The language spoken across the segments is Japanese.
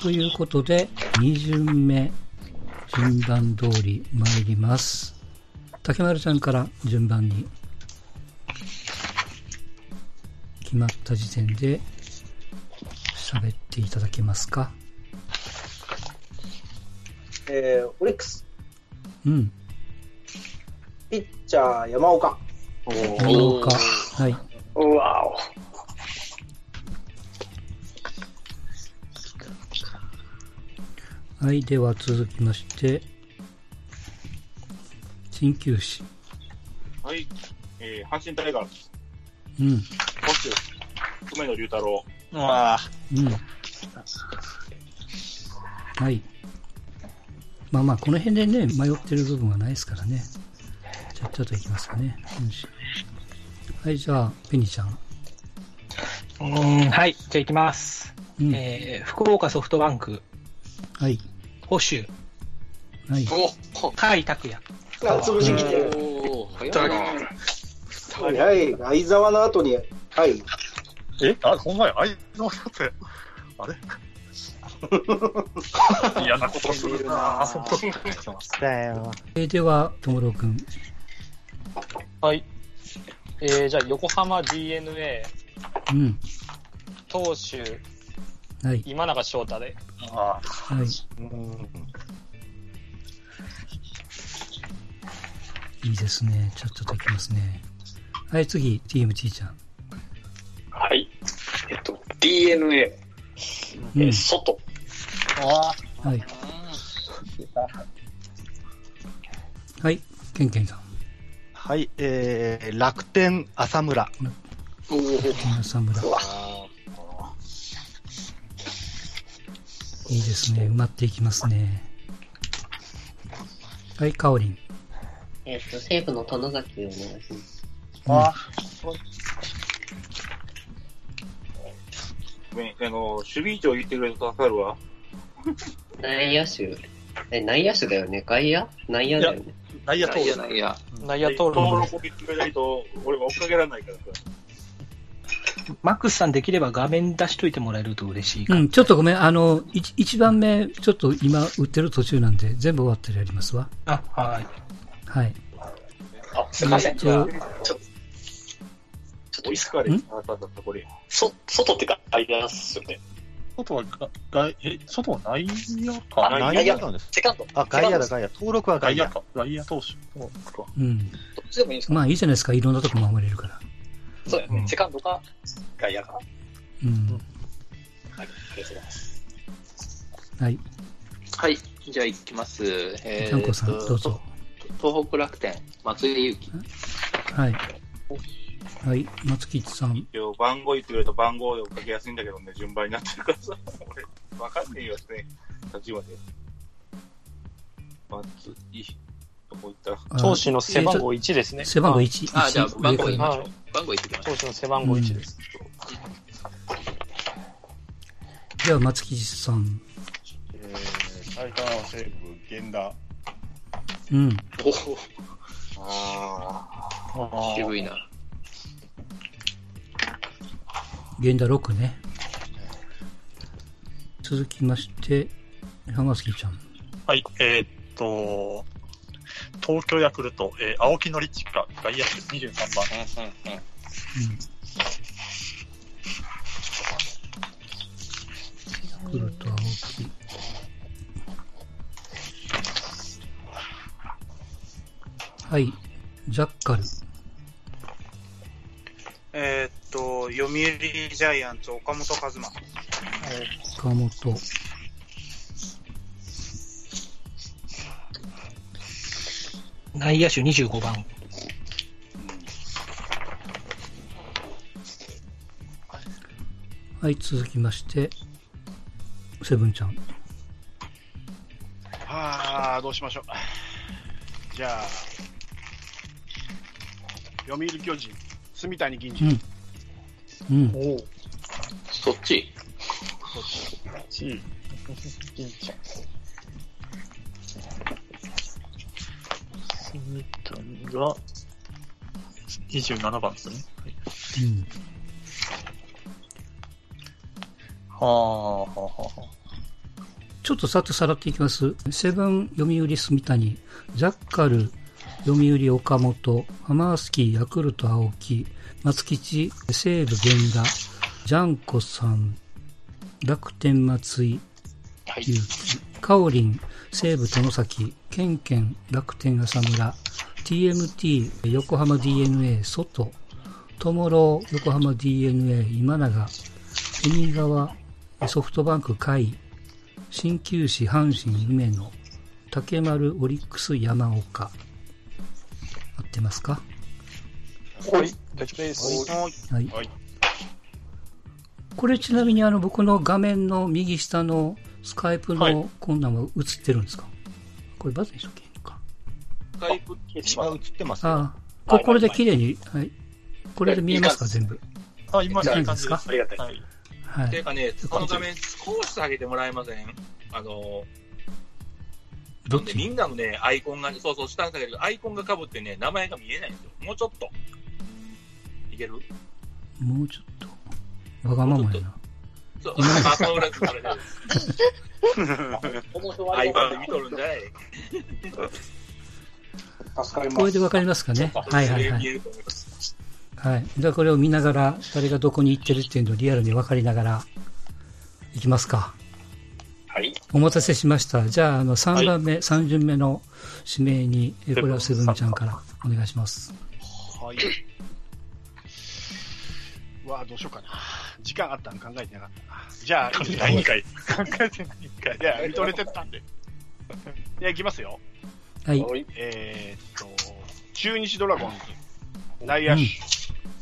ということで、2巡目、順番通り参ります。竹丸さんから順番に。決まった時点で、喋っていただけますかえー、オリックス、うん。ピッチャー山岡。山岡。はい。うわお。はい、では続きまして、鍼灸師。はい。えー、阪神タイガース、うん。保守、梅野龍太郎、うわうん。はい。まあまあ、この辺でね、迷ってる部分はないですからね。ちゃっちゃといきますかね。よしはい、じゃあ、ペニちゃん。うーん、はい。じゃあ行きます。うん。えー、福岡ソフトバンク、はい。保守、はい。甲斐拓也。あ、潰しきてる。おー、早いな。はい、相沢の後に、はい。えあ、ほんまや。あいつのやつ。あれ嫌なことするなあそこ。だよ。えーでは、ともろうくん。はい。えー、じゃあ、横浜 DNA、うん。投手、はい。今永翔太で。あはい。いいですね。ちゃっちゃといきますね。はい、次、TMT ちゃん。はい。えっと、DNA、うえんー、。外、はい。はい、ケンケンさん。はい、えー、楽天、浅村。浅村。 いいですね。埋まっていきますね。はい、カオリン。えっと、西武の殿崎をお願いしまあす。ねあの、守備位置を言ってくれると助かるわ。内野手。え、内野手だよね。外野内野だよね。内野投い手や。いや。内野投登手。録を言ってくれないと、俺は追っかけられないからさ。マックスさんできれば画面出しといてもらえると嬉しいかうな。ん、ちょっとごめん。あの、1, 番目、ちょっと今売ってる途中なんで、全部終わったらやりますわ。あ、はい。はい。あ、すみませえん。っちょとっと追いいいっすつかかれんあったあったあったこれ。そ、外ってか、ありますよね。外はが、外、え、外は内野あか。内野内野なんです。セカンド。あ、外野だ、セカン外野。登録は外外野野。か。外野投手。そうかうん。ド。どっちでもいいんですかまあいいじゃないですか。いろんなとこ守れるから。そうですうね。んセカンドか、外野か。はい。うん。ありがとうございます。はい。はい。じゃあ行きます。えちゃんこさん、どうぞ。東北楽天、松井裕樹。はい。はい。松吉さん。一応、番号言ってくれると番号で追っかけやすいんだけどね、順番になってるからさ。 俺、わかんねえよね。立ちまで。松井、どこ行ったあ投手の背番号1ですね。背番号1。あ、じゃあ一番号行きま上しょう。番号行ってきましょ投手の背番号1です。じゃあ松吉さん。えー、タイガー西武、源田。うん。う。渋いな。源田6ね。続きまして、浜月ちゃん。はい、えーっと、東京ヤクルト、えー青木のりちか、外野手23番。ヤクルト青木。はい。ジャッカル。えっと、読売ジャイアンツ、岡本和真。岡本。内野手25番。はい。続きまして、セブンちゃん。あー、どうしましょう。じゃあ、読売巨人、住谷銀次。うん。おお、そっちち、銀ちゃん。住谷が、27番ですね。うん。はあ、はあ、はあ。ちょっとさっとさらっていきます。セブン、読売、住谷、ジャッカル、読売、岡本、ハマースキー、ヤクルト、青木、松吉、西武、源田、ジャンコさん、楽天、松井、はい勇気、カオリン、西武外崎、ケンケン、楽天浅村、TMT、横浜 DNA、外、トモロー、横浜 DNA、今永、海川、ソフトバンク、甲斐、鍼灸師、阪神、梅野、竹丸、オリックス、山岡。合ってますかはい、大丈夫です。はい。はいこれちなみにあの僕の画面の右下のスカイプのこんなんは映ってるんですか、これバズにしとけばいいのか。スカイプ今映ってますよ。ああ、ここれで綺麗に、はい。これで見えますか全部。あ、今、いいいい感でじすでかす。ありがたい。はい。はてい。いうかね、この画面少し下げてもらえませんあの、どなっんでちみんなのね、アイコンが、そうそう、下に下げるけどアイコンが被ってね、名前が見えないんですよ。もうちょっと。いけるもうちょっと。わがままやな。そう、あ、そうらくそれで。この人アはイコンで見とるんじゃないこ助かりまれす。でわかりますかねはいはいは見い。えると思います。はい。じゃあこれを見ながら、誰がどこに行ってるっていうのをリアルにわかりながら、行きますか。はい。お待たせしました。じゃあ、あの、3番目、3巡目の指名に、えこれはセブンちゃんからお願いします。はい。うわあどうしようかな。時間あったの考えてなかったな。じゃあ、いいですか何回考えてないんかい。いや、見とれてたんで。いや、いきますよ。はい。はい。えー、っと、中日ドラゴンズ、内野手、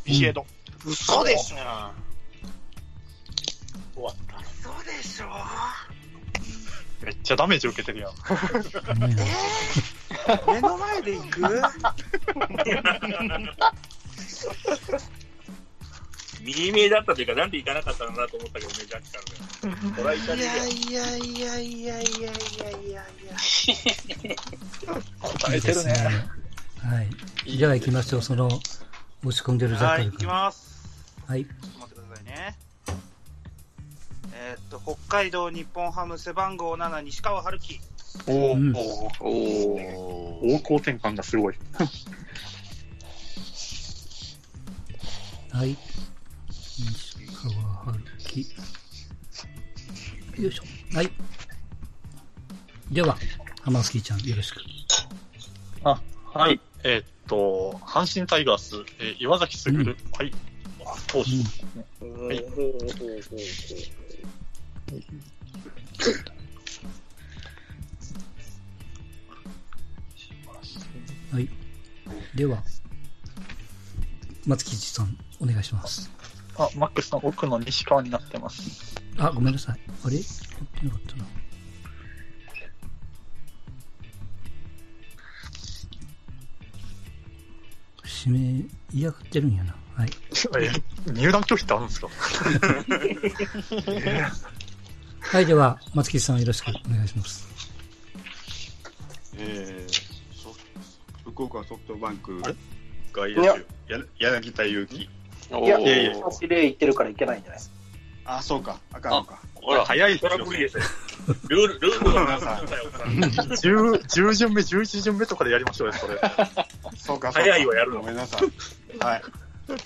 ビシエド。嘘でしょ。めっちゃダメージ受けてるやん。ね目の前で行く右目だったというか、なんで行かなかったのかなと思ったけどね、ジャッジからね。トライタリアンいやいやいやいやいやいやいや。いいですね。はい。では行きましょう。その、落ち込んでるジャッはカい、ル行き君。ます。はい。ちょっと待ってくださいね。えーっと、北海道日本ハム背番号7、西川春樹。おうんおおお。方向転換がすごい。はい。西川春樹。よいしょ。はい。では、ハマスキーちゃん、よろしく。あ、はい。えーっと、阪神タイガース、えー岩崎卓、うんはい。投手。はいはい。では、松木さん、お願いします。あ、マックスの奥の西側になってます。あ、ごめんなさい。あれやってなかったな。指名嫌がってるんやな。はい。えー入団拒否ってあるんですか はい、では、松木さんよろしくお願いします。えー、そ福岡ソフトバンク外野手柳田悠岐。おいやお。いやいや走れ行ってるから行けないんじゃないですか。あ、そうか。あかんのか。ほら、早いでトすよ、ラブリ エス。ルール、ルールがなさい、おっさん 10, 10巡目、11巡目とかでやりましょうよ、それ。そうか、そうか早いわやるのごめんなさい。はい。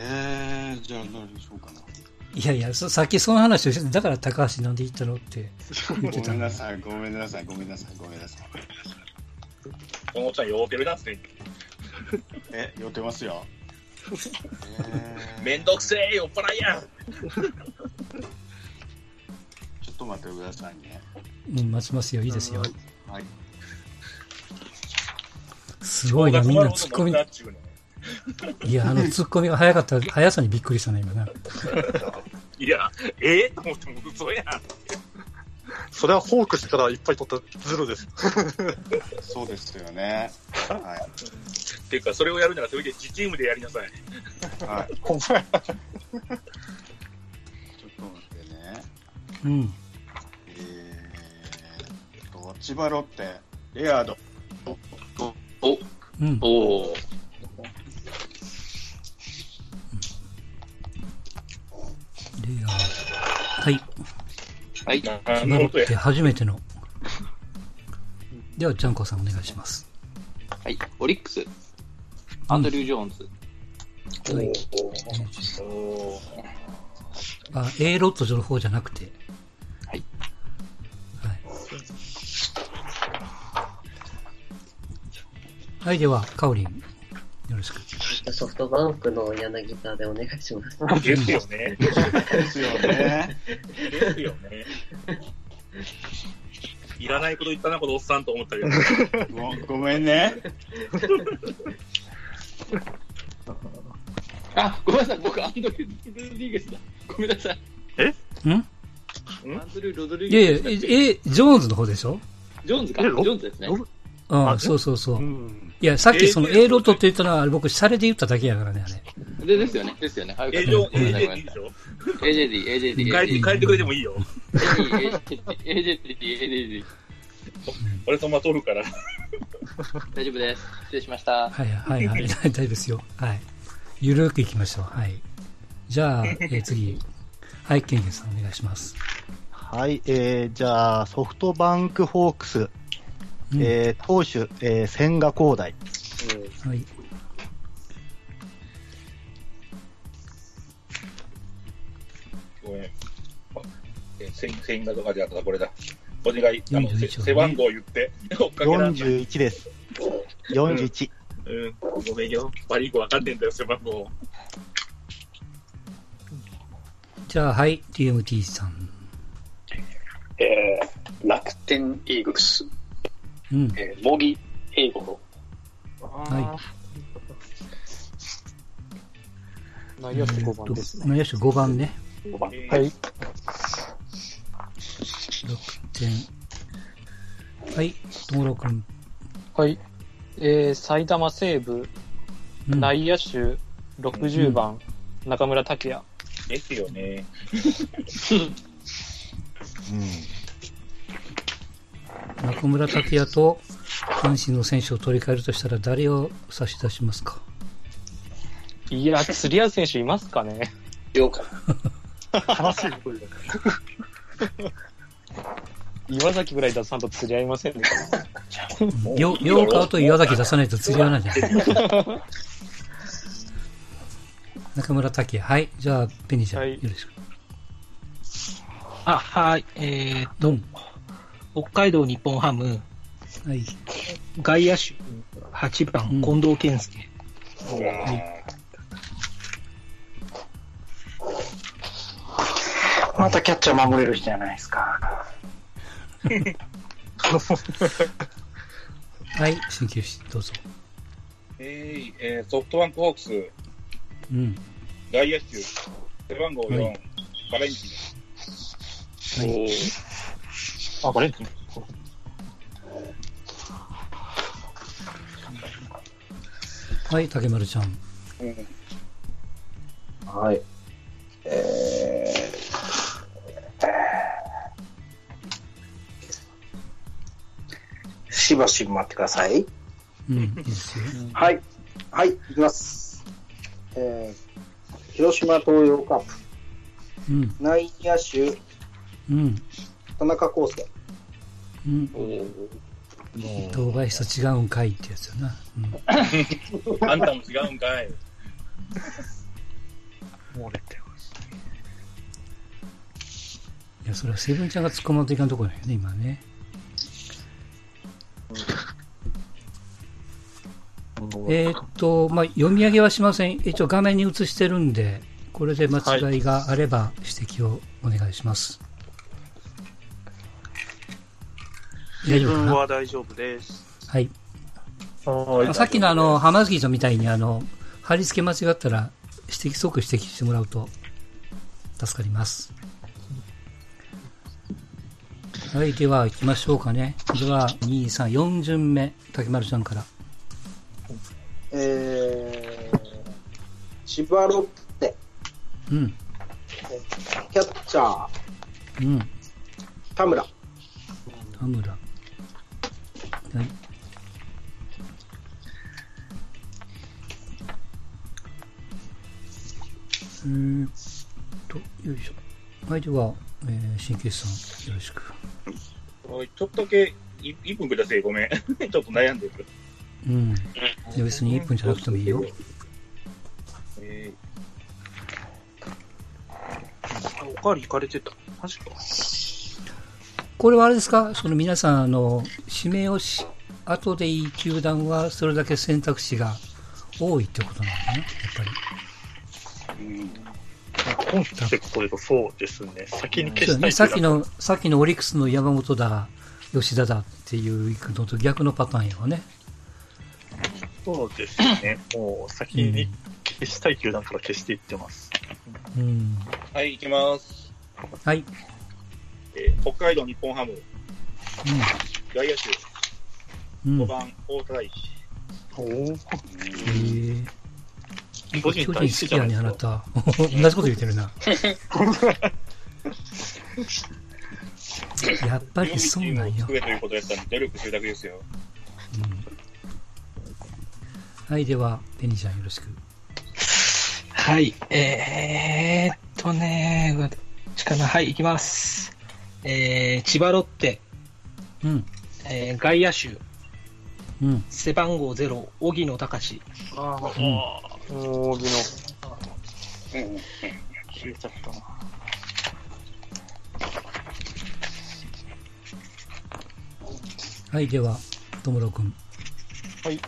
えー、じゃあ何にしよ うかな。いやいや、そさっきその話をしてただから高橋なんで言ったのって言ってごためんん なださい、ごめんなさい、ごめんなさい、ごめんなさい。このおっちゃん、ようけるなんすね。 え、酔ってますよ。えーめんどくせえ、酔っ払いやん。ちょっと待ってくださいね。うん、待ちますよ。いいですよ。はい。すごいな、みんなツッコミ。なっちゅうねいや、あのツッコミが早かった、速さにびっくりしたな、今な。いや、ええと思っても嘘やん。 それはフォークしたらいっぱい取ったゼロです。そうですよね。はっていうか、それをやるなら、それで自チームでやりなさい。い。はい。ちょっと待ってね。うん。えーっと、千葉ロッテ、レアード。うん。おお。レイヤーはい。はい。決まるって初めての。では、ちゃんこさんお願いします。はい。オリックス。アンドリュー・ジョーンズ。はいあ、A ロットの方じゃなくて。はい。はい。はい、では、カオリン、よろしく。ソフトバンクの柳田でお願いします。ですよね。ですよね。ですよね。いらないこと言ったな、このおっさんと思ったけど。 ごご めんね。あ、ごめんなさい。僕、アンドリュー・ロドリゲスだ。ごめんなさい。んアンドリュー・ロドリいやいゲやス、え、えジョーンズの方でしょジョーンズか。えジョローンズですね。うあん、そうそうそうう。ん。いや、さっきその A ロットって言ったのは、あれ僕、シャレで言っただけやからね、あれ。で、ですよね。ですよね。はい。営ご業、めん営なさい業ごめいんいなでさいしょ AJD、AJD、変えて、 AJD。変えてくれてもいいよ。 AJD、AJD。俺そんな取るから。大丈夫です。失礼しました。はいはい はい、大丈夫ですよ。はい。ゆるーくいきましょう。はい。じゃあ、えー次。はい、ケンケンさんお願いします。はい、えー、じゃあ、ソフトバンクホークス、うんえー、投手、えー、千賀滉大。はい。ごめん。あえ千千賀とかじゃなくて、これだ。お願い、あの、 41せ番背番号言って。追っかけらんない。 41です。41。うん、ごめんよ。悪い子分かってんだよ、背番号。じゃあ、はい、TMT さん。えー、楽天イーグルス。うん。えー、茂木英語。は内い。野手5番ですね。内野手5番ね。はい。 6点。はい、友郎くん。はい。えー、埼玉西部、うん内野手60番、中村拓也。ですよね。中村拓也と阪神の選手を取り替えるとしたら誰を差し出しますか いや、釣り合う選手いますかね了解。悲しいこと言う 岩崎ぐらい出さんと釣り合いませんね。よ両川と岩崎出さないと釣り合わないじゃない中村拓也。はい。じゃあ、ペニーちゃん、はいよろしく。あ、はい。えー、ドン。北海道日本ハム、はい。外野手8番、うん近藤健介。またキャッチャー守れる人じゃないですか。 はい。鍼灸師、どうぞ。えーえーソフトバンクホークス、うん。外野手、背番号4、はバレンティン。あ、これはい、竹丸ちゃん。はい。えー、しばし待ってください。うん、いいですよ。はい。はい、いきます。えー、広島東洋カップ、うん、内野手、うん、田中康介。うん。動画室違うんかいってやつよな。うん あんたも違うんかい。いや、それはセブンちゃんが突っ込まんといかんところだよね、今ね。えーっと、まあ、読み上げはしません。一応画面に映してるんで、これで間違いがあれば指摘をお願いします。大自丈夫か分なは大丈夫です。はい。あまあさっきのあの、浜月さんみたいにあの、貼り付け間違ったら、指摘、即指摘してもらうと、助かります。はい、では行きましょうかね。では、2、3、4巡目、竹丸ちゃんから。えー、千葉ロッテ、うん、キャッチャー、うん、田村。田村。はい。うーんと、よいしょ。はい、では、えー、神経質さん、よろしく。おいちょっとだけい1分ください、ごめん。 ちょっと悩んでる。うん。いや別に1分じゃなくてもいいよ。えおかわり行かれてた。マジか。これはあれですかその皆さん、あの、指名をし、後でいい球団はそれだけ選択肢が多いってことなのかなやっぱり。今期ってことでとそうですね。先に消そうしだたいね、ってさいっうきのはの、さっきのオリックスの山本だ、吉田だっていうのと逆のパターンやわね。そうですね。もう先に消したい球団から消していってます。うん。はい、行きます。はい。えー北海道日本ハム、外野手、うん。う5ん。番、大田大志。おお。えー、巨巨人人好大好ききじゃなやいでね、すあかなた。同じこと言ってる な。やっぱりそうなんよ作。れということやったんで、努力集約ですよ。はい、では、ペニーちゃんよろしく。はい、えー、っとね、どっちかな、はい、いきます。えー、千葉ロッテ、うん。えー、外野手、うん。背番号0、荻野隆。ああ、うんもう、荻野。うん。消えちゃったな。はい、では、ともろくん。はい。い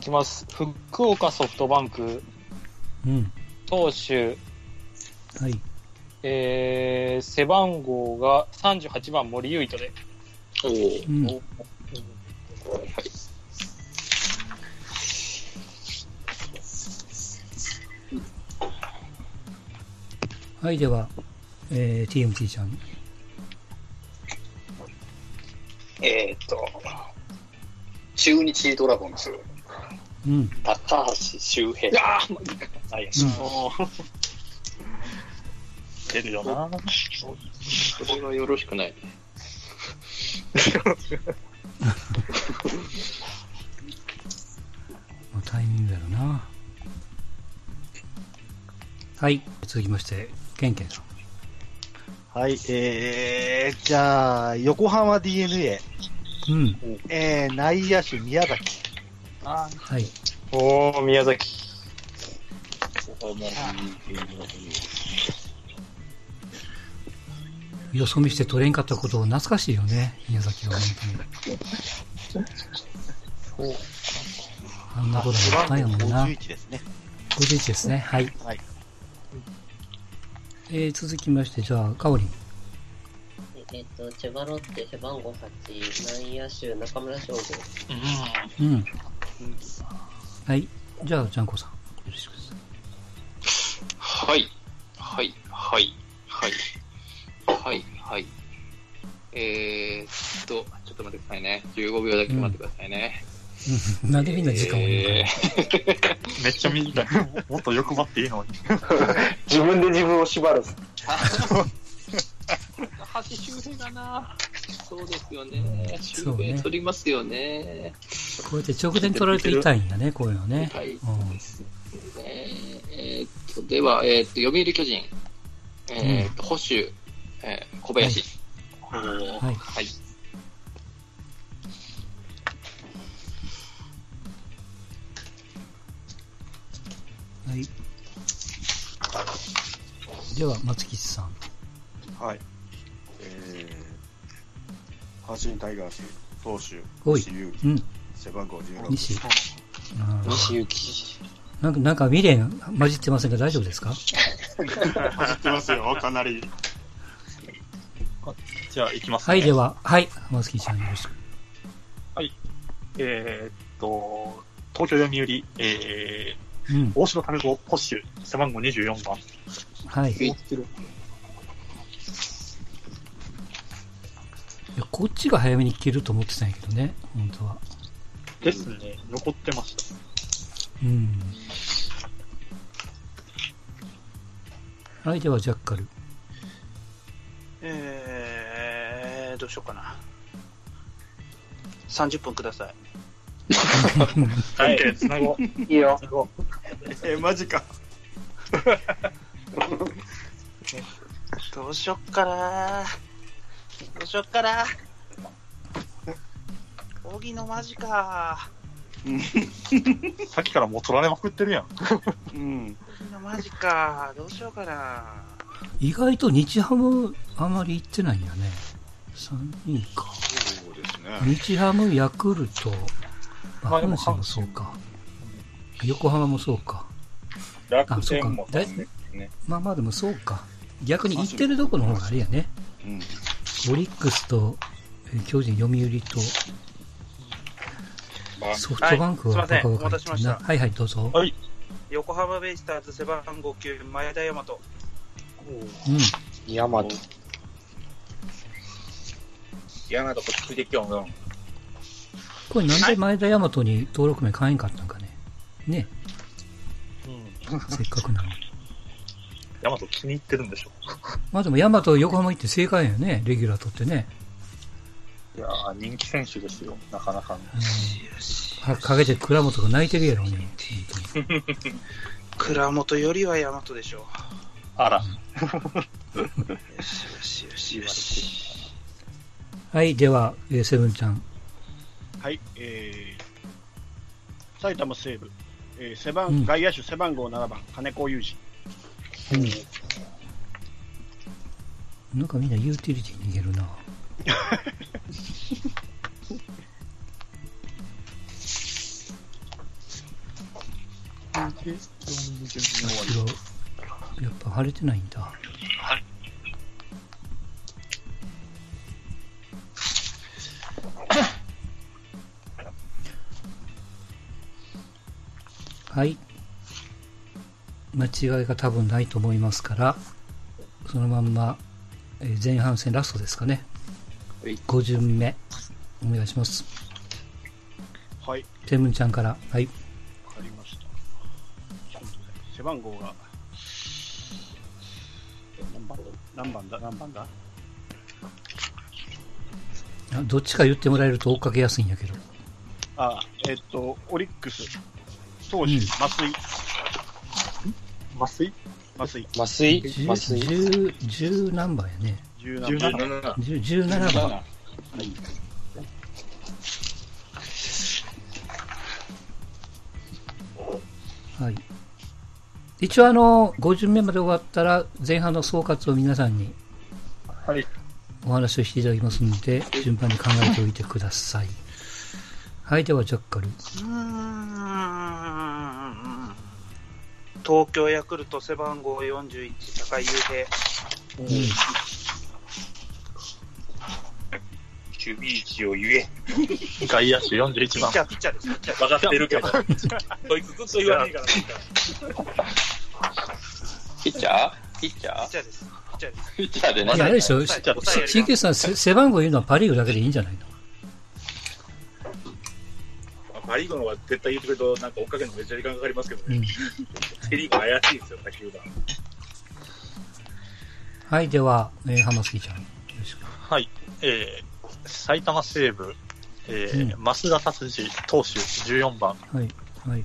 きます。福岡ソフトバンク、うん。投手、はい。えー、背番号が38番森唯斗で。おーうん。はい、では、えー、TMT ちゃん。えーっと、中日ドラゴンズ、うん。高橋周平。ああ、内野手。 出るよな。それはよろしくない。まあ、タイミングやろな。はい、続きまして、ケンケンさん。はい、えー、じゃあ、横浜 DNA、うん。えー、内野手宮崎。はい。おー、宮崎。よそ見して取れんかったことを懐かしいよね、宮崎は本当に。あんなこともあったんやもんな。 51ですね。 51ですね、はい。はい。えー、続きまして、じゃあ、カオリン。えっと、千葉ロッテ背番号8、内野手中村翔吾。うん。はい。じゃあ、ジャンコさん。よろしくです。はい、はい、はい、はい、はい、はい。えー、っと、ちょっと待ってくださいね。15秒だけ待ってくださいね。うんなんでみんな時間を言うえめっちゃ短い。もっと欲張っていいのに。 自分で自分を縛る。高橋周平だな。そうですよね。周そうね平取りますよね。こうやって直前取られて痛いんだね、こういうのね。はいうんえーえーっと、では、えーっと、読売巨人、えーっと、保守、えー小林。ははいはい。はい。では、松吉さん。はい。えー、阪神タイガース、投手、おい西勇うん。背番号16。西。あー西祐希。なんか、なんか未練混じってませんが大丈夫ですか走ってますよ、かなり。じゃあ、行きます、はね。い、で。は、はい。松吉さんよろしく。えー、っと、東京読売、えうんー、。大城民子、ポッシュ、背番号24番。はい。いやこっちが早めに切ると思ってたんやけどね、本当は。ですね。残ってました。うん。はい、では、ジャッカル。えー、どうしようかな。30分ください。はい、つなごう。いいよ。えー、マジか。どうしよっかなどうしよっかな荻野マジかさっきからもう取られまくってるやん。うん。荻野マジかどうしようかな意外と日ハムあまり行ってないんやね。3人か。そうですね。日ハム、ヤクルト、まあ、阪神もそうか。横浜もそうか。あ、楽そうか天も。だいね。まあまあでもそうか。逆に行ってるとこの方があれやね。うん。オリックスと、えー巨人、読売と、ソフトバンクははいすいませんバカバカ言ってんなお待たせしましたはいはい、どうぞ。はい。横浜ベイスターズ背番号9前田大和うん。ヤマト。嫌なとこついてきよんよ。これなんで前田大和に登録名変えんかったんかね。ね。せっかくなのに。ヤマト気に入ってるんでしょ。まあでも大和横浜行って正解やよね、レギュラー取ってね。いやー人気選手ですよ、なかなかね。はかけて倉本が泣いてるやろうね。倉本よりは大和でしょあら。よしよしよしよしはい、では、えーセブンちゃん。はい、えー、埼玉西部、えー背番うん外野手背番号7番、金子裕二。なんかみんなユーティリティ逃げるな。後ろ、やっぱ晴れてないんだ。はい。間違いが多分ないと思いますから、そのまんま、えー前半戦ラストですかね。5巡目、お願いします。はい、天文ちゃんから。はい。わかりました。ちょっとね背番号が、何番何番だ何番だあどっちか言ってもらえると追っかけやすいんやけど。あ、えっと、オリックス、投手、増井。増井増井。増井10 10 10何番やね。 17番。 10 17番。はい。一応あの、5巡目まで終わったら、前半の総括を皆さんにはい。お話をしていただきますので、順番に考えておいてください。はい、では、ジャッカル。東京ヤクルト背番号41高井雄うん平守備位置を言え。外野手41番。ピッチャーですピッチャー分かってるけど。こいつずっと言わねえから。ピッチャーピッチャーピッチャーです。ピッチャーでいね。や、あれでしょ、しピッチャーで CK さん、せ背番号言うのはパ・リーグだけでいいんじゃないのパ・リーグの方が絶対言ってくれると、なんか追っかけるのめっちゃ時間かかりますけどね。セ・リーグ怪しいですよ、他球団。はい、では、えー、浜杉ちゃん。よろしく。はい。えー、埼玉西部、えー増田達治投手14番。はい、はい。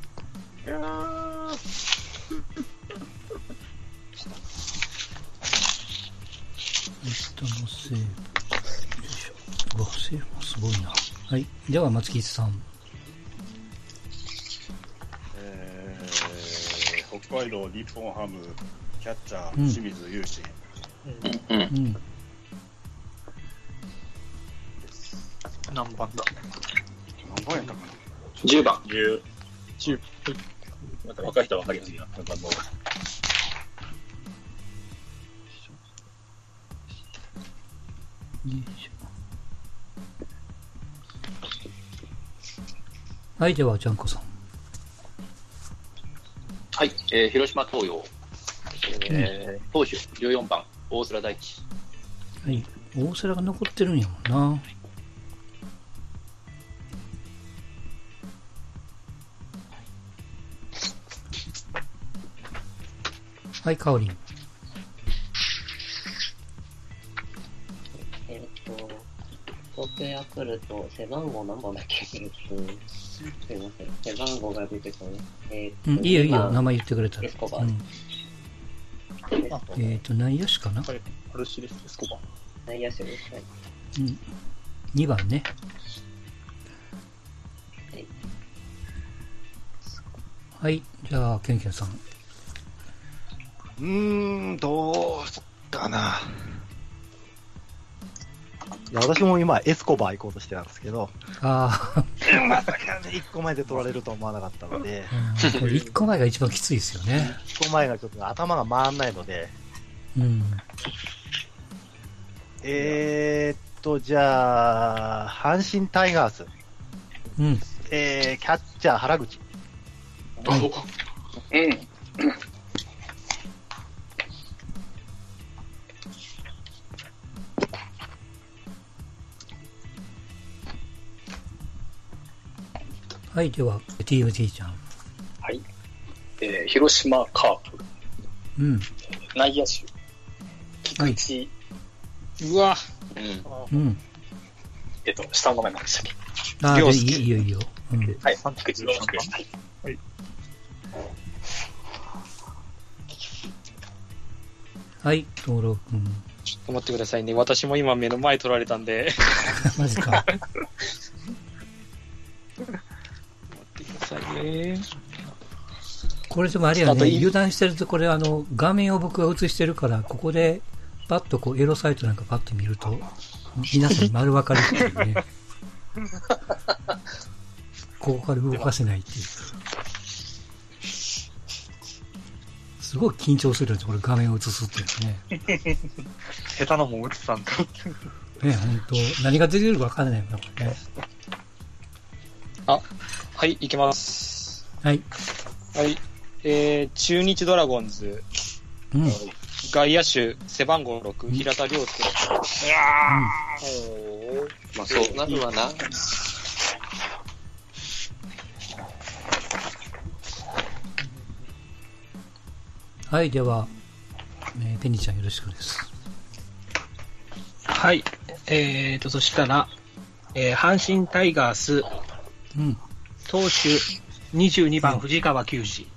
下のセーブ。よいしょ。うわ、セーブもすごいな。はい。では、松木さん。えー北海道日本ハムキャッチャーうん清水雄心、うん。何番だ何番やったか10番。 10。 10。また若い人は分かりやすいな、この番号が。はい、では、ジャンコさん。はい、えー広島東洋。えー、投手14番、大倉大地。はい。大瀬良が残ってるんやもんな。はい、かおりん。えーっと、東京ヤクルト、背番号何番だっけえーっと、すいません、背番号が出てこない。えーっうん、と、いいよいい二よ、番名前言ってくれたら。エスコバうーんえっと、内野手かな、はい、パルシレス・エスコバ。内野手です。はい。うん、2番ね。はい、じゃあ、ケンケ ンさん。うーん、どうすっかな。いや、私も今、エスコバー行こうとしてたんですけど、ああ、まさかね、1個前で取られるとは思わなかったので、これ1個前が一番きついですよね。 1個前がちょっと頭が回んないので、うん。えー、っと、じゃあ、阪神タイガース、うん。えー、キャッチャー原口。うん。はい、では、TOT ちゃん。はい。えー広島カープ、うん。内野手、菊池、うわ、うん。えっと、下の名前なんでしたっああ、涼でい介いいいよいいよ。うん。けはい、菊池涼介。はい。 はい、登録君。ちょっと待ってくださいね。私も今目の前取られたんで。 マジか。待ってくださいね。これでもあれやあとね、いい油断してると、これあの、画面を僕が映してるから、ここで、パッとこう、エロサイトなんかパッと見ると、皆さん丸分かりっていう ね。ここから動かせないっていう。すごい緊張するんですよ、これ画面を映すっていうのね。下手なもん打ってた んだ。ね、本当何が出てるか分からないもんね、これね。あ、はい、行きます。はい。はい。えー、中日ドラゴンズ、うん。外野手、背番号6、平田良介。まあそうなるわな。はい、では、えーペニーちゃんよろしくです。はい。えーと、そしたら、えー阪神タイガース、うん。投手、22番藤川球児。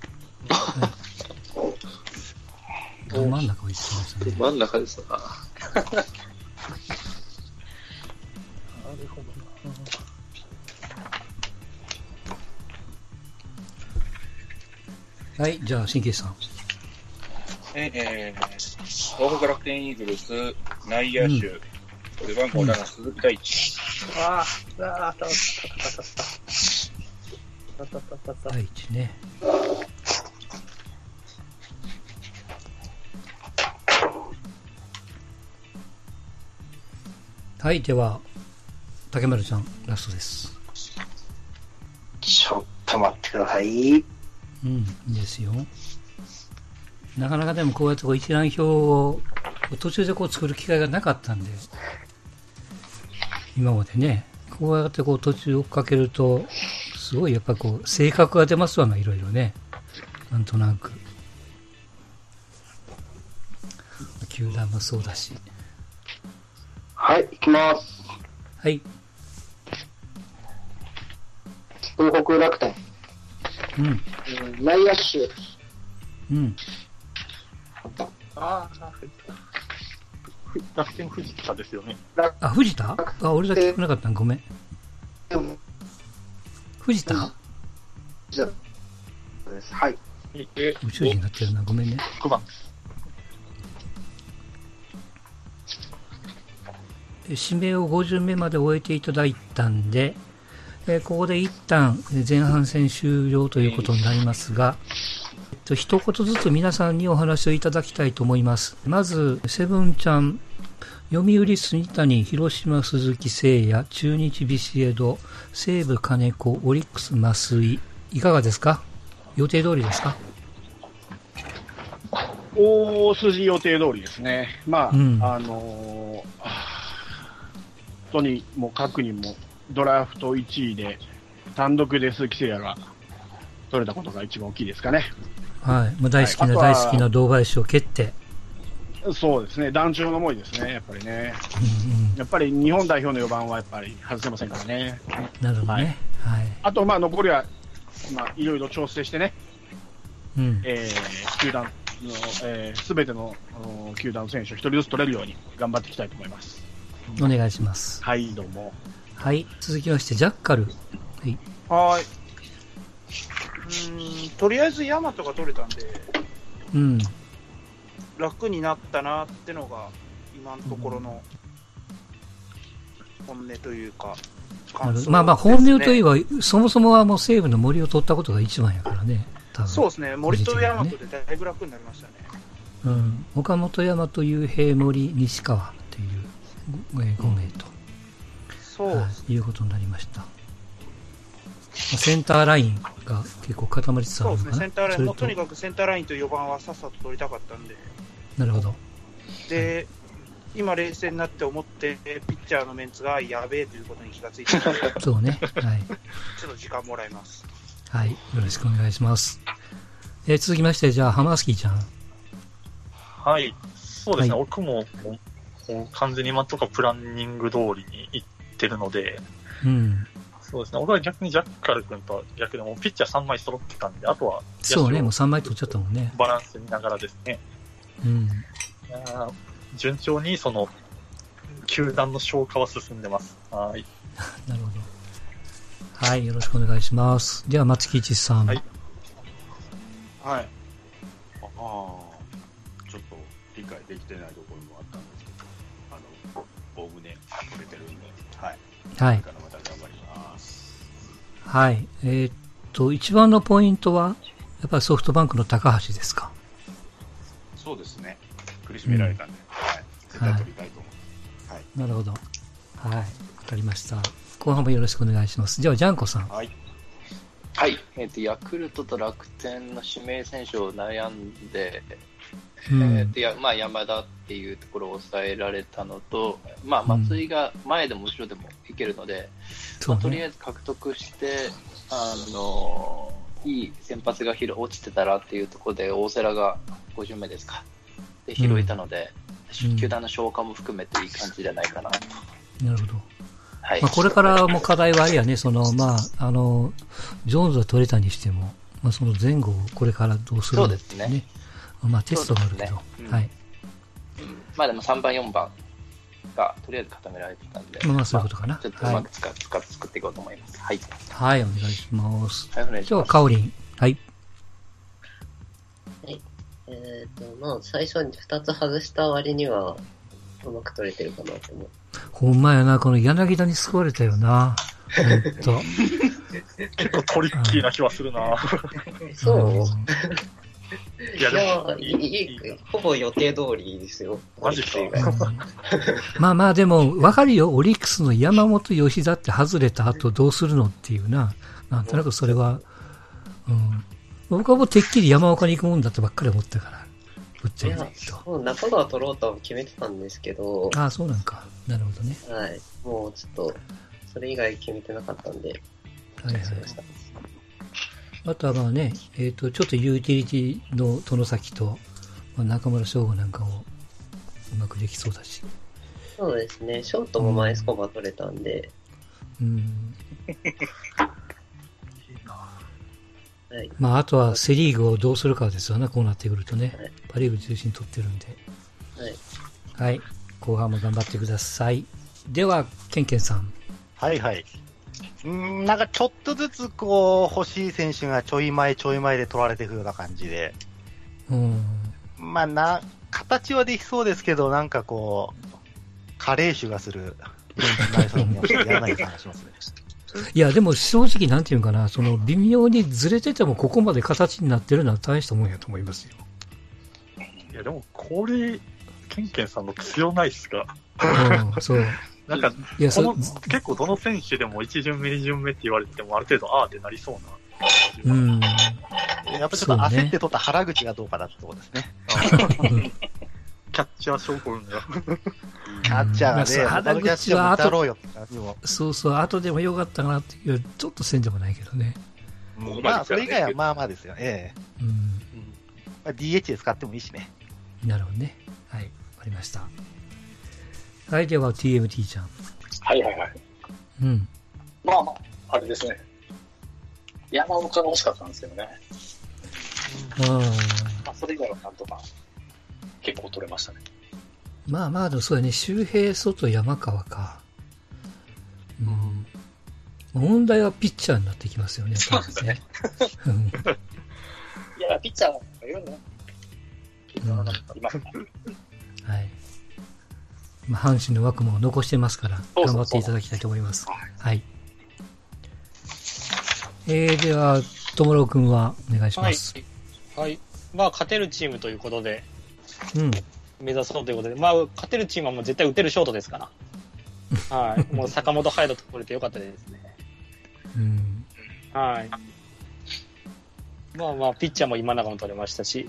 ど真ん中を言ってますね。真ん中ですな。はい、じゃあ、神経さん。えー、東北楽天イーグルス、内野手、背番号7、鈴木大地。ああ、ああ、たたたたたた第一ね。はい、では、竹丸ちゃん、ラストです。ちょっと待ってください。うん、いいですよ。なかなかでもこうやってこう一覧表を途中でこう作る機会がなかったんで、 今までね、こうやってこう途中追っかけると、すごいやっぱこう、性格が出ますわな、いろいろね。なんとなく。球団もそうだし。はい、行きます。はい。東北楽天。うん、うん内野手、うん。ああ、楽天藤田ですよね。あ、藤田あ、俺だけ聞こえなかったごめん。藤田じゃです。はい。え宇宙人になってるな、ごめんね。 9番。指名を5巡目まで終えていただいたんで、えーここで一旦えー前半戦終了ということになりますが、えっと、一言ずつ皆さんにお話をいただきたいと思います。まず、セブンちゃん、読売杉谷、広島鈴木誠也、中日ビシエド、西武金子、オリックス増井、いかがですか予定通りですか大筋予定通りですね。まあ、うんあのーとにもかくにも、ドラフト1位で、単独で鈴木誠也が取れたことが一番大きいですかね。はい。もう大好きな大はいあとは好きな堂林を蹴って、そうですね、団長の思いですね、やっぱりね。やっぱり日本代表の4番はやっぱり外せませんからね。なるほどね。はい。あと、まあ、残りは、まあ、いろいろ調整してね、うん。えー、球団えー、全てのあの球団の選手を一人ずつ取れるように頑張っていきたいと思います。お願いします。はい、どうも。はい、続きまして、ジャッカル。はい。はーい。うーん、とりあえずヤマトが取れたんで、うん。楽になったなってのが、今のところの本音というか、感想まあまあ、本音をといえですねば、そもそもはもう西武の森を取ったことが一番やからね。多分そうですね、森とヤマト個人的でだいぶ楽になりましたね。にはねうん。岡本、大和、雄平、森、西川っていう5名と、そうですいうことになりました。まあセンターラインが結構固まりつつあそうるでのすかな。ね、センターライン、もうそとれにとかくセンターラインと4番はさっさと取りたかったんで、なるほど。で、今、冷静になって思って、ピッチャーのメンツがやべえということに気がついて、 そうね。はい。ちょっと時間もらいます。はい。よろしくお願いします。えー続きまして、じゃあ、ハマスキーちゃん。はい、そうですね、はい僕ももうもう完全に今のところプランニング通りに行ってるので、うん。そうですね、俺は逆にジャッカル君とは逆でもうピッチャー3枚揃ってたんで、あとはそうね、野もう手3枚取っちゃったもんねを。バランス見ながらですね、うん。いやー順調にその球団の消化は進んでます。はいなるほど。はい、よろしくお願いします。では、松木一さん。はいはい。ああ、ちょっと理解できてないところもあったんですけど、あの、おおむね取れてるんで、はい。はいこれからまた頑張ります。はい。えーっと、一番のポイントは、やっぱりソフトバンクの高橋ですか。そうですね。苦しめられたんで、はい。絶対取りたいと思う。はい。なるほど。はい。わかりました。後半もよろしくお願いします。じゃあ、ジャンコさん。はい。はい。えっ、と、ヤクルトと楽天の指名選手を悩んで、うんえっとやまあ、山田っていうところを抑えられたのと、まあ、松井が前でも後ろでもいけるので、そうまあとりね。あえず獲得して、あのいい先発が拾落ちてたらっていうところで、大瀬良が50名ですか、で拾えたので、うん球団の消化も含めていい感じじゃないかなと。なるほど。はいまあ、これからも課題はあれやね、その、まあ、あの、ジョーンズは取れたにしても、まあ、その前後をこれからどうするのそうっですてねね。まあ、テストがあるけど。そうですねはい。まあでも3番、4番がとりあえず固められてたんで、まあそういうことかなまあちょっとうまく使,、使って作っていこうと思います。はい。はい、お願いします。はいお願いしま今す日はカオリン。はい。はい。えっ、と、まあ、最初に2つ外した割には、うまく取れてるかなと思う。ほんまやな、この柳田に救われたよな。ほんと。結構トリッキーな気はするな。そういいやや、でもいいいいほぼ予定通りですよ。マジか。まあまあでも、わかるよ。オリックスの山本吉田って外れた後どうするのっていうな。なんとなくそれは、うん。僕はもうてっきり山岡に行くもんだとばっかり思ったから。ぶっちいゃや、もう中川取ろうとは決めてたんですけど、け。ああ、そうなんか。なるほどね。はい。もうちょっと、それ以外決めてなかったんで、はいはい。あとはまあね、えっ、と、ちょっとユーティリティの殿崎と、まあ、中村翔吾なんかもうまくできそうだし。そうですね、ショートも前スコバ取れたんで、うん。はい。まあ、あとはセ・リーグをどうするかですよね、こうなってくるとね。パ・リーグ中心に取ってるんで。ははい。い。後半も頑張ってください。では、ケンケンさん。はいはい。うーん、なんかちょっとずつこう、欲しい選手がちょい前ちょい前で取られていくような感じで。うん。まあな、形はできそうですけど、なんかこう、加齢臭がする。柳田の話もするいや、でも正直なんていうのかな、その微妙にずれててもここまで形になってるのは大したもんやと思いますよ。いやでもこれ、ケンケンさんの強ないっすか。うん、そう。なんか、いやこのそ結構どの選手でも1巡目、2巡目って言われても、ある程度、ああってなりそうな。うん。やっぱちょっと焦って取った原口がどうかだってことですね。キャッチャー証拠運が。キャッチャーがね、まあ他のキャッチャーも打たろうよって感じも。そうそう、後でもよかったかなっていう、ちょっとせんでもないけどね。うんまあ、それ以外はまあまあですよね。うんまあ DH で使ってもいいしね。なるほどね。はい、わかりました。はい、では TMT ちゃん。はいはいはい。うん。まあまあ、あれですね。山岡が欲しかったんですけどね。ああ、まあ、それ以外はなんとか結構取れましたね。まあまあ、でもそうやね。周平、外、山川か。うん。問題はピッチャーになってきますよね。そうですね。いや、ピッチャーなんかいろいろね、うんいますね。はい。まあ、阪神の枠も残してますから、そう頑そう張っていただきたいと思います。はい。えー、では、ともろうくんはお願いします。はい。はい。まあ、勝てるチームということで、うん。目指そうということで、まあ、勝てるチームはもう絶対打てるショートで すから。はい。もう坂本隼人と取れてよかったですね。うん。はい。まあまあ、ピッチャーも今永も取れましたし、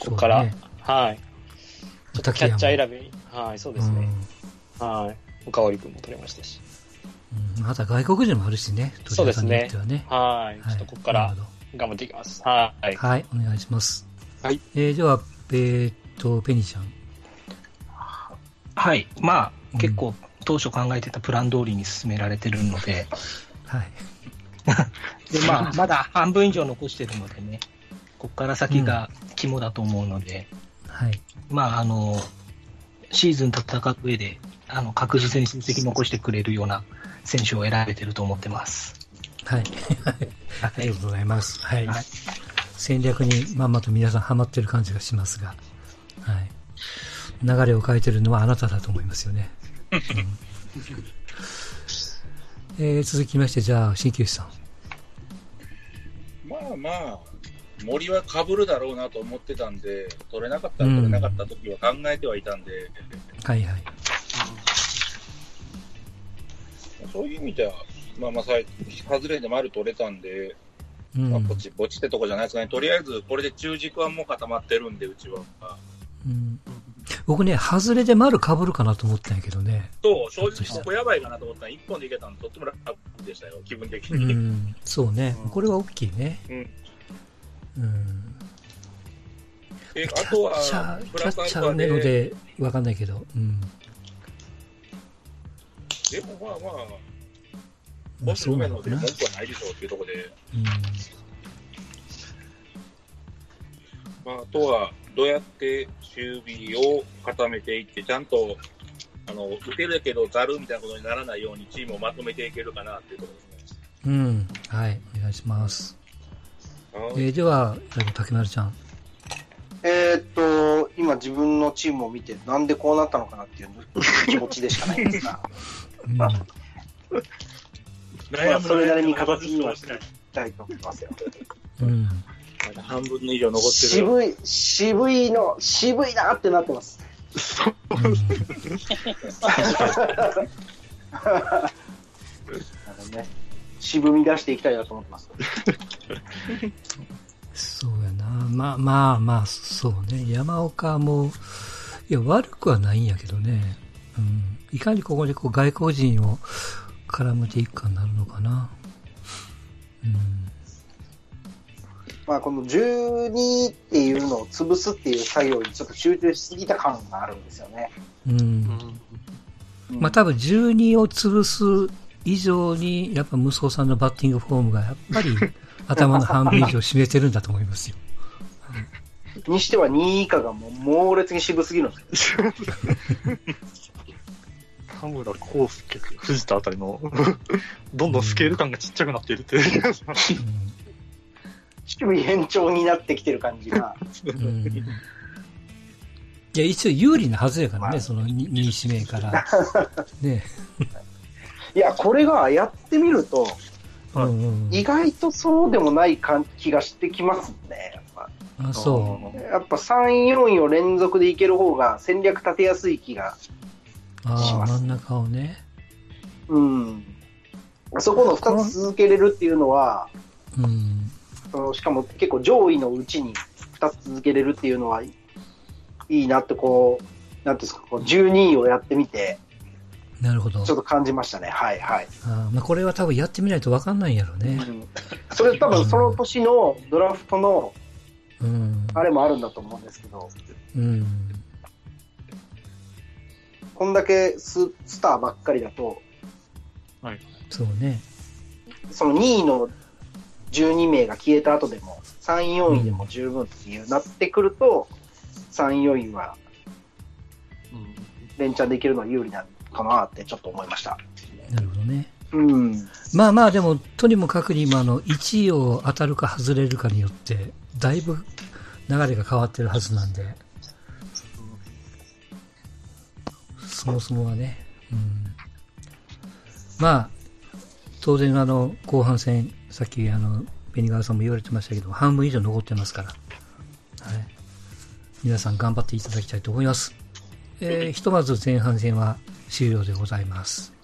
ここから、そうねはい。ちょっとキャッチャー選び、はい、そうですね。はい。おかわり君も取れましたし。うんまた外国人もあるしね、そうですによねってはね。。はい。ちょっとここから頑張っていきます。はい。はい、お願いします。はい。えー、では、えーっと、ペニちゃん。はい。まあ、結構、当初考えてたプラン通りに進められてるので、はい。で、まあ、まだ半分以上残してるのでね、ここから先が肝だと思うので、はい。まあ、あの、シーズン戦う上で、あの、確実に成績残してくれるような選手を選べてると思って ます。はい。ありがとうございます。はい。戦略にまんまと皆さんハマってる感じがしますが、はい。流れを変えてるのはあなただと思いますよね。うんえー続きまして、じゃあ、鍼灸師さん。まあまあ、森は被るだろうなと思ってたんで、取れなかったら取れなかった時は考えてはいたんで、はいはい。そういう意味では、まあまあ、さい外れで丸取れたんで、うん。まあ、ぼちぼちってとこじゃないですかね。とりあえず、これで中軸はもう固まってるんで、うちは。うん僕ね、外れで丸被るかなと思ったんやけどね。と、正直、ここやばいかなと思ったら、一本でいけたの、とっても楽でしたよ、気分的うに。ん。そうね。これは大きいね。うんうん。えあとはキャ、プキャラスアッルチフャァーなので、で、わかんないけど。うん。でもまあままあ、あ、星そう梅なののでか文な。句はないでしょうっていうところで、うん。まあ、あとは、どうやって守備を固めていって、ちゃんと、あの、打てるけど、ざるみたいなことにならないように、チームをまとめていけるかなっていうところですね。うん。はい。お願いします。はいえーでは、最後竹丸ちゃん。えーっと、今自分のチームを見て、なんでこうなったのかなっていう気持ちでしかないんですが、うんまあ、それなりに形にはしていきたいと思いますよ。うん。半分以上残ってるよ。渋い、渋いの、渋いなってなってます。 なるほどね渋み出していきたいなと思って ます。そうやな。まあまあまあ、そうね。山岡も、いや、悪くはないんやけどね。うん。いかにここでこう外国人を絡めていくかになるのかな。まあ、この12っていうのを潰すっていう作業にちょっと集中しすぎた感があるんですよね。うん。まあ多分12を潰す以上に、やっぱ無双さんのバッティングフォームがやっぱり頭の半分以上占めてるんだと思いますよ。にしては2以下がもう猛烈に渋すぎるんですよ。田村康介、藤田あたりの、 どんどんスケール感がちっちゃくなっているっ ていう。渋い延長になってきてる感じが。うん。いや、一応有利なはずやからね、その2指名 から。ね。いや、これがやってみると、うんうん。意外とそうでもない感気がしてきますね。やっぱあ、そう。やっぱ3、4位を連続でいける方が戦略立てやすい気が。ああ、真ん中をね。うん。そこの2つ続けれるっていうのは、うん。そのしかも結構上位のうちに2つ続けれるっていうのはいいいなってこう、なんていうんですか、こう12位をやってみて、なるほちど。ょっと感じましたね。はいはい。あーまあ、これは多分やってみないと分かんないんやろうね。それ多分その年のドラフトのうん。あれもあるんだと思うんですけど、うん。こんだけススターばっかりだと、そうね。その2位の12名が消えた後でも、3位、4位でも十分っていう、なってくると、3位、4位は、連チャンできるのは有利なのかなってちょっと思いました。なるほどね。うん。まあまあ、でも、とにもかくにも、あの、1位を当たるか外れるかによって、だいぶ流れが変わってるはずなんで、そもそもはね、うん。まあ、当然、あの、後半戦、さっき、あの、紅川さんも言われてましたけど、半分以上残ってますから、はい。皆さん頑張っていただきたいと思います。えーひとまず前半戦は終了でございます。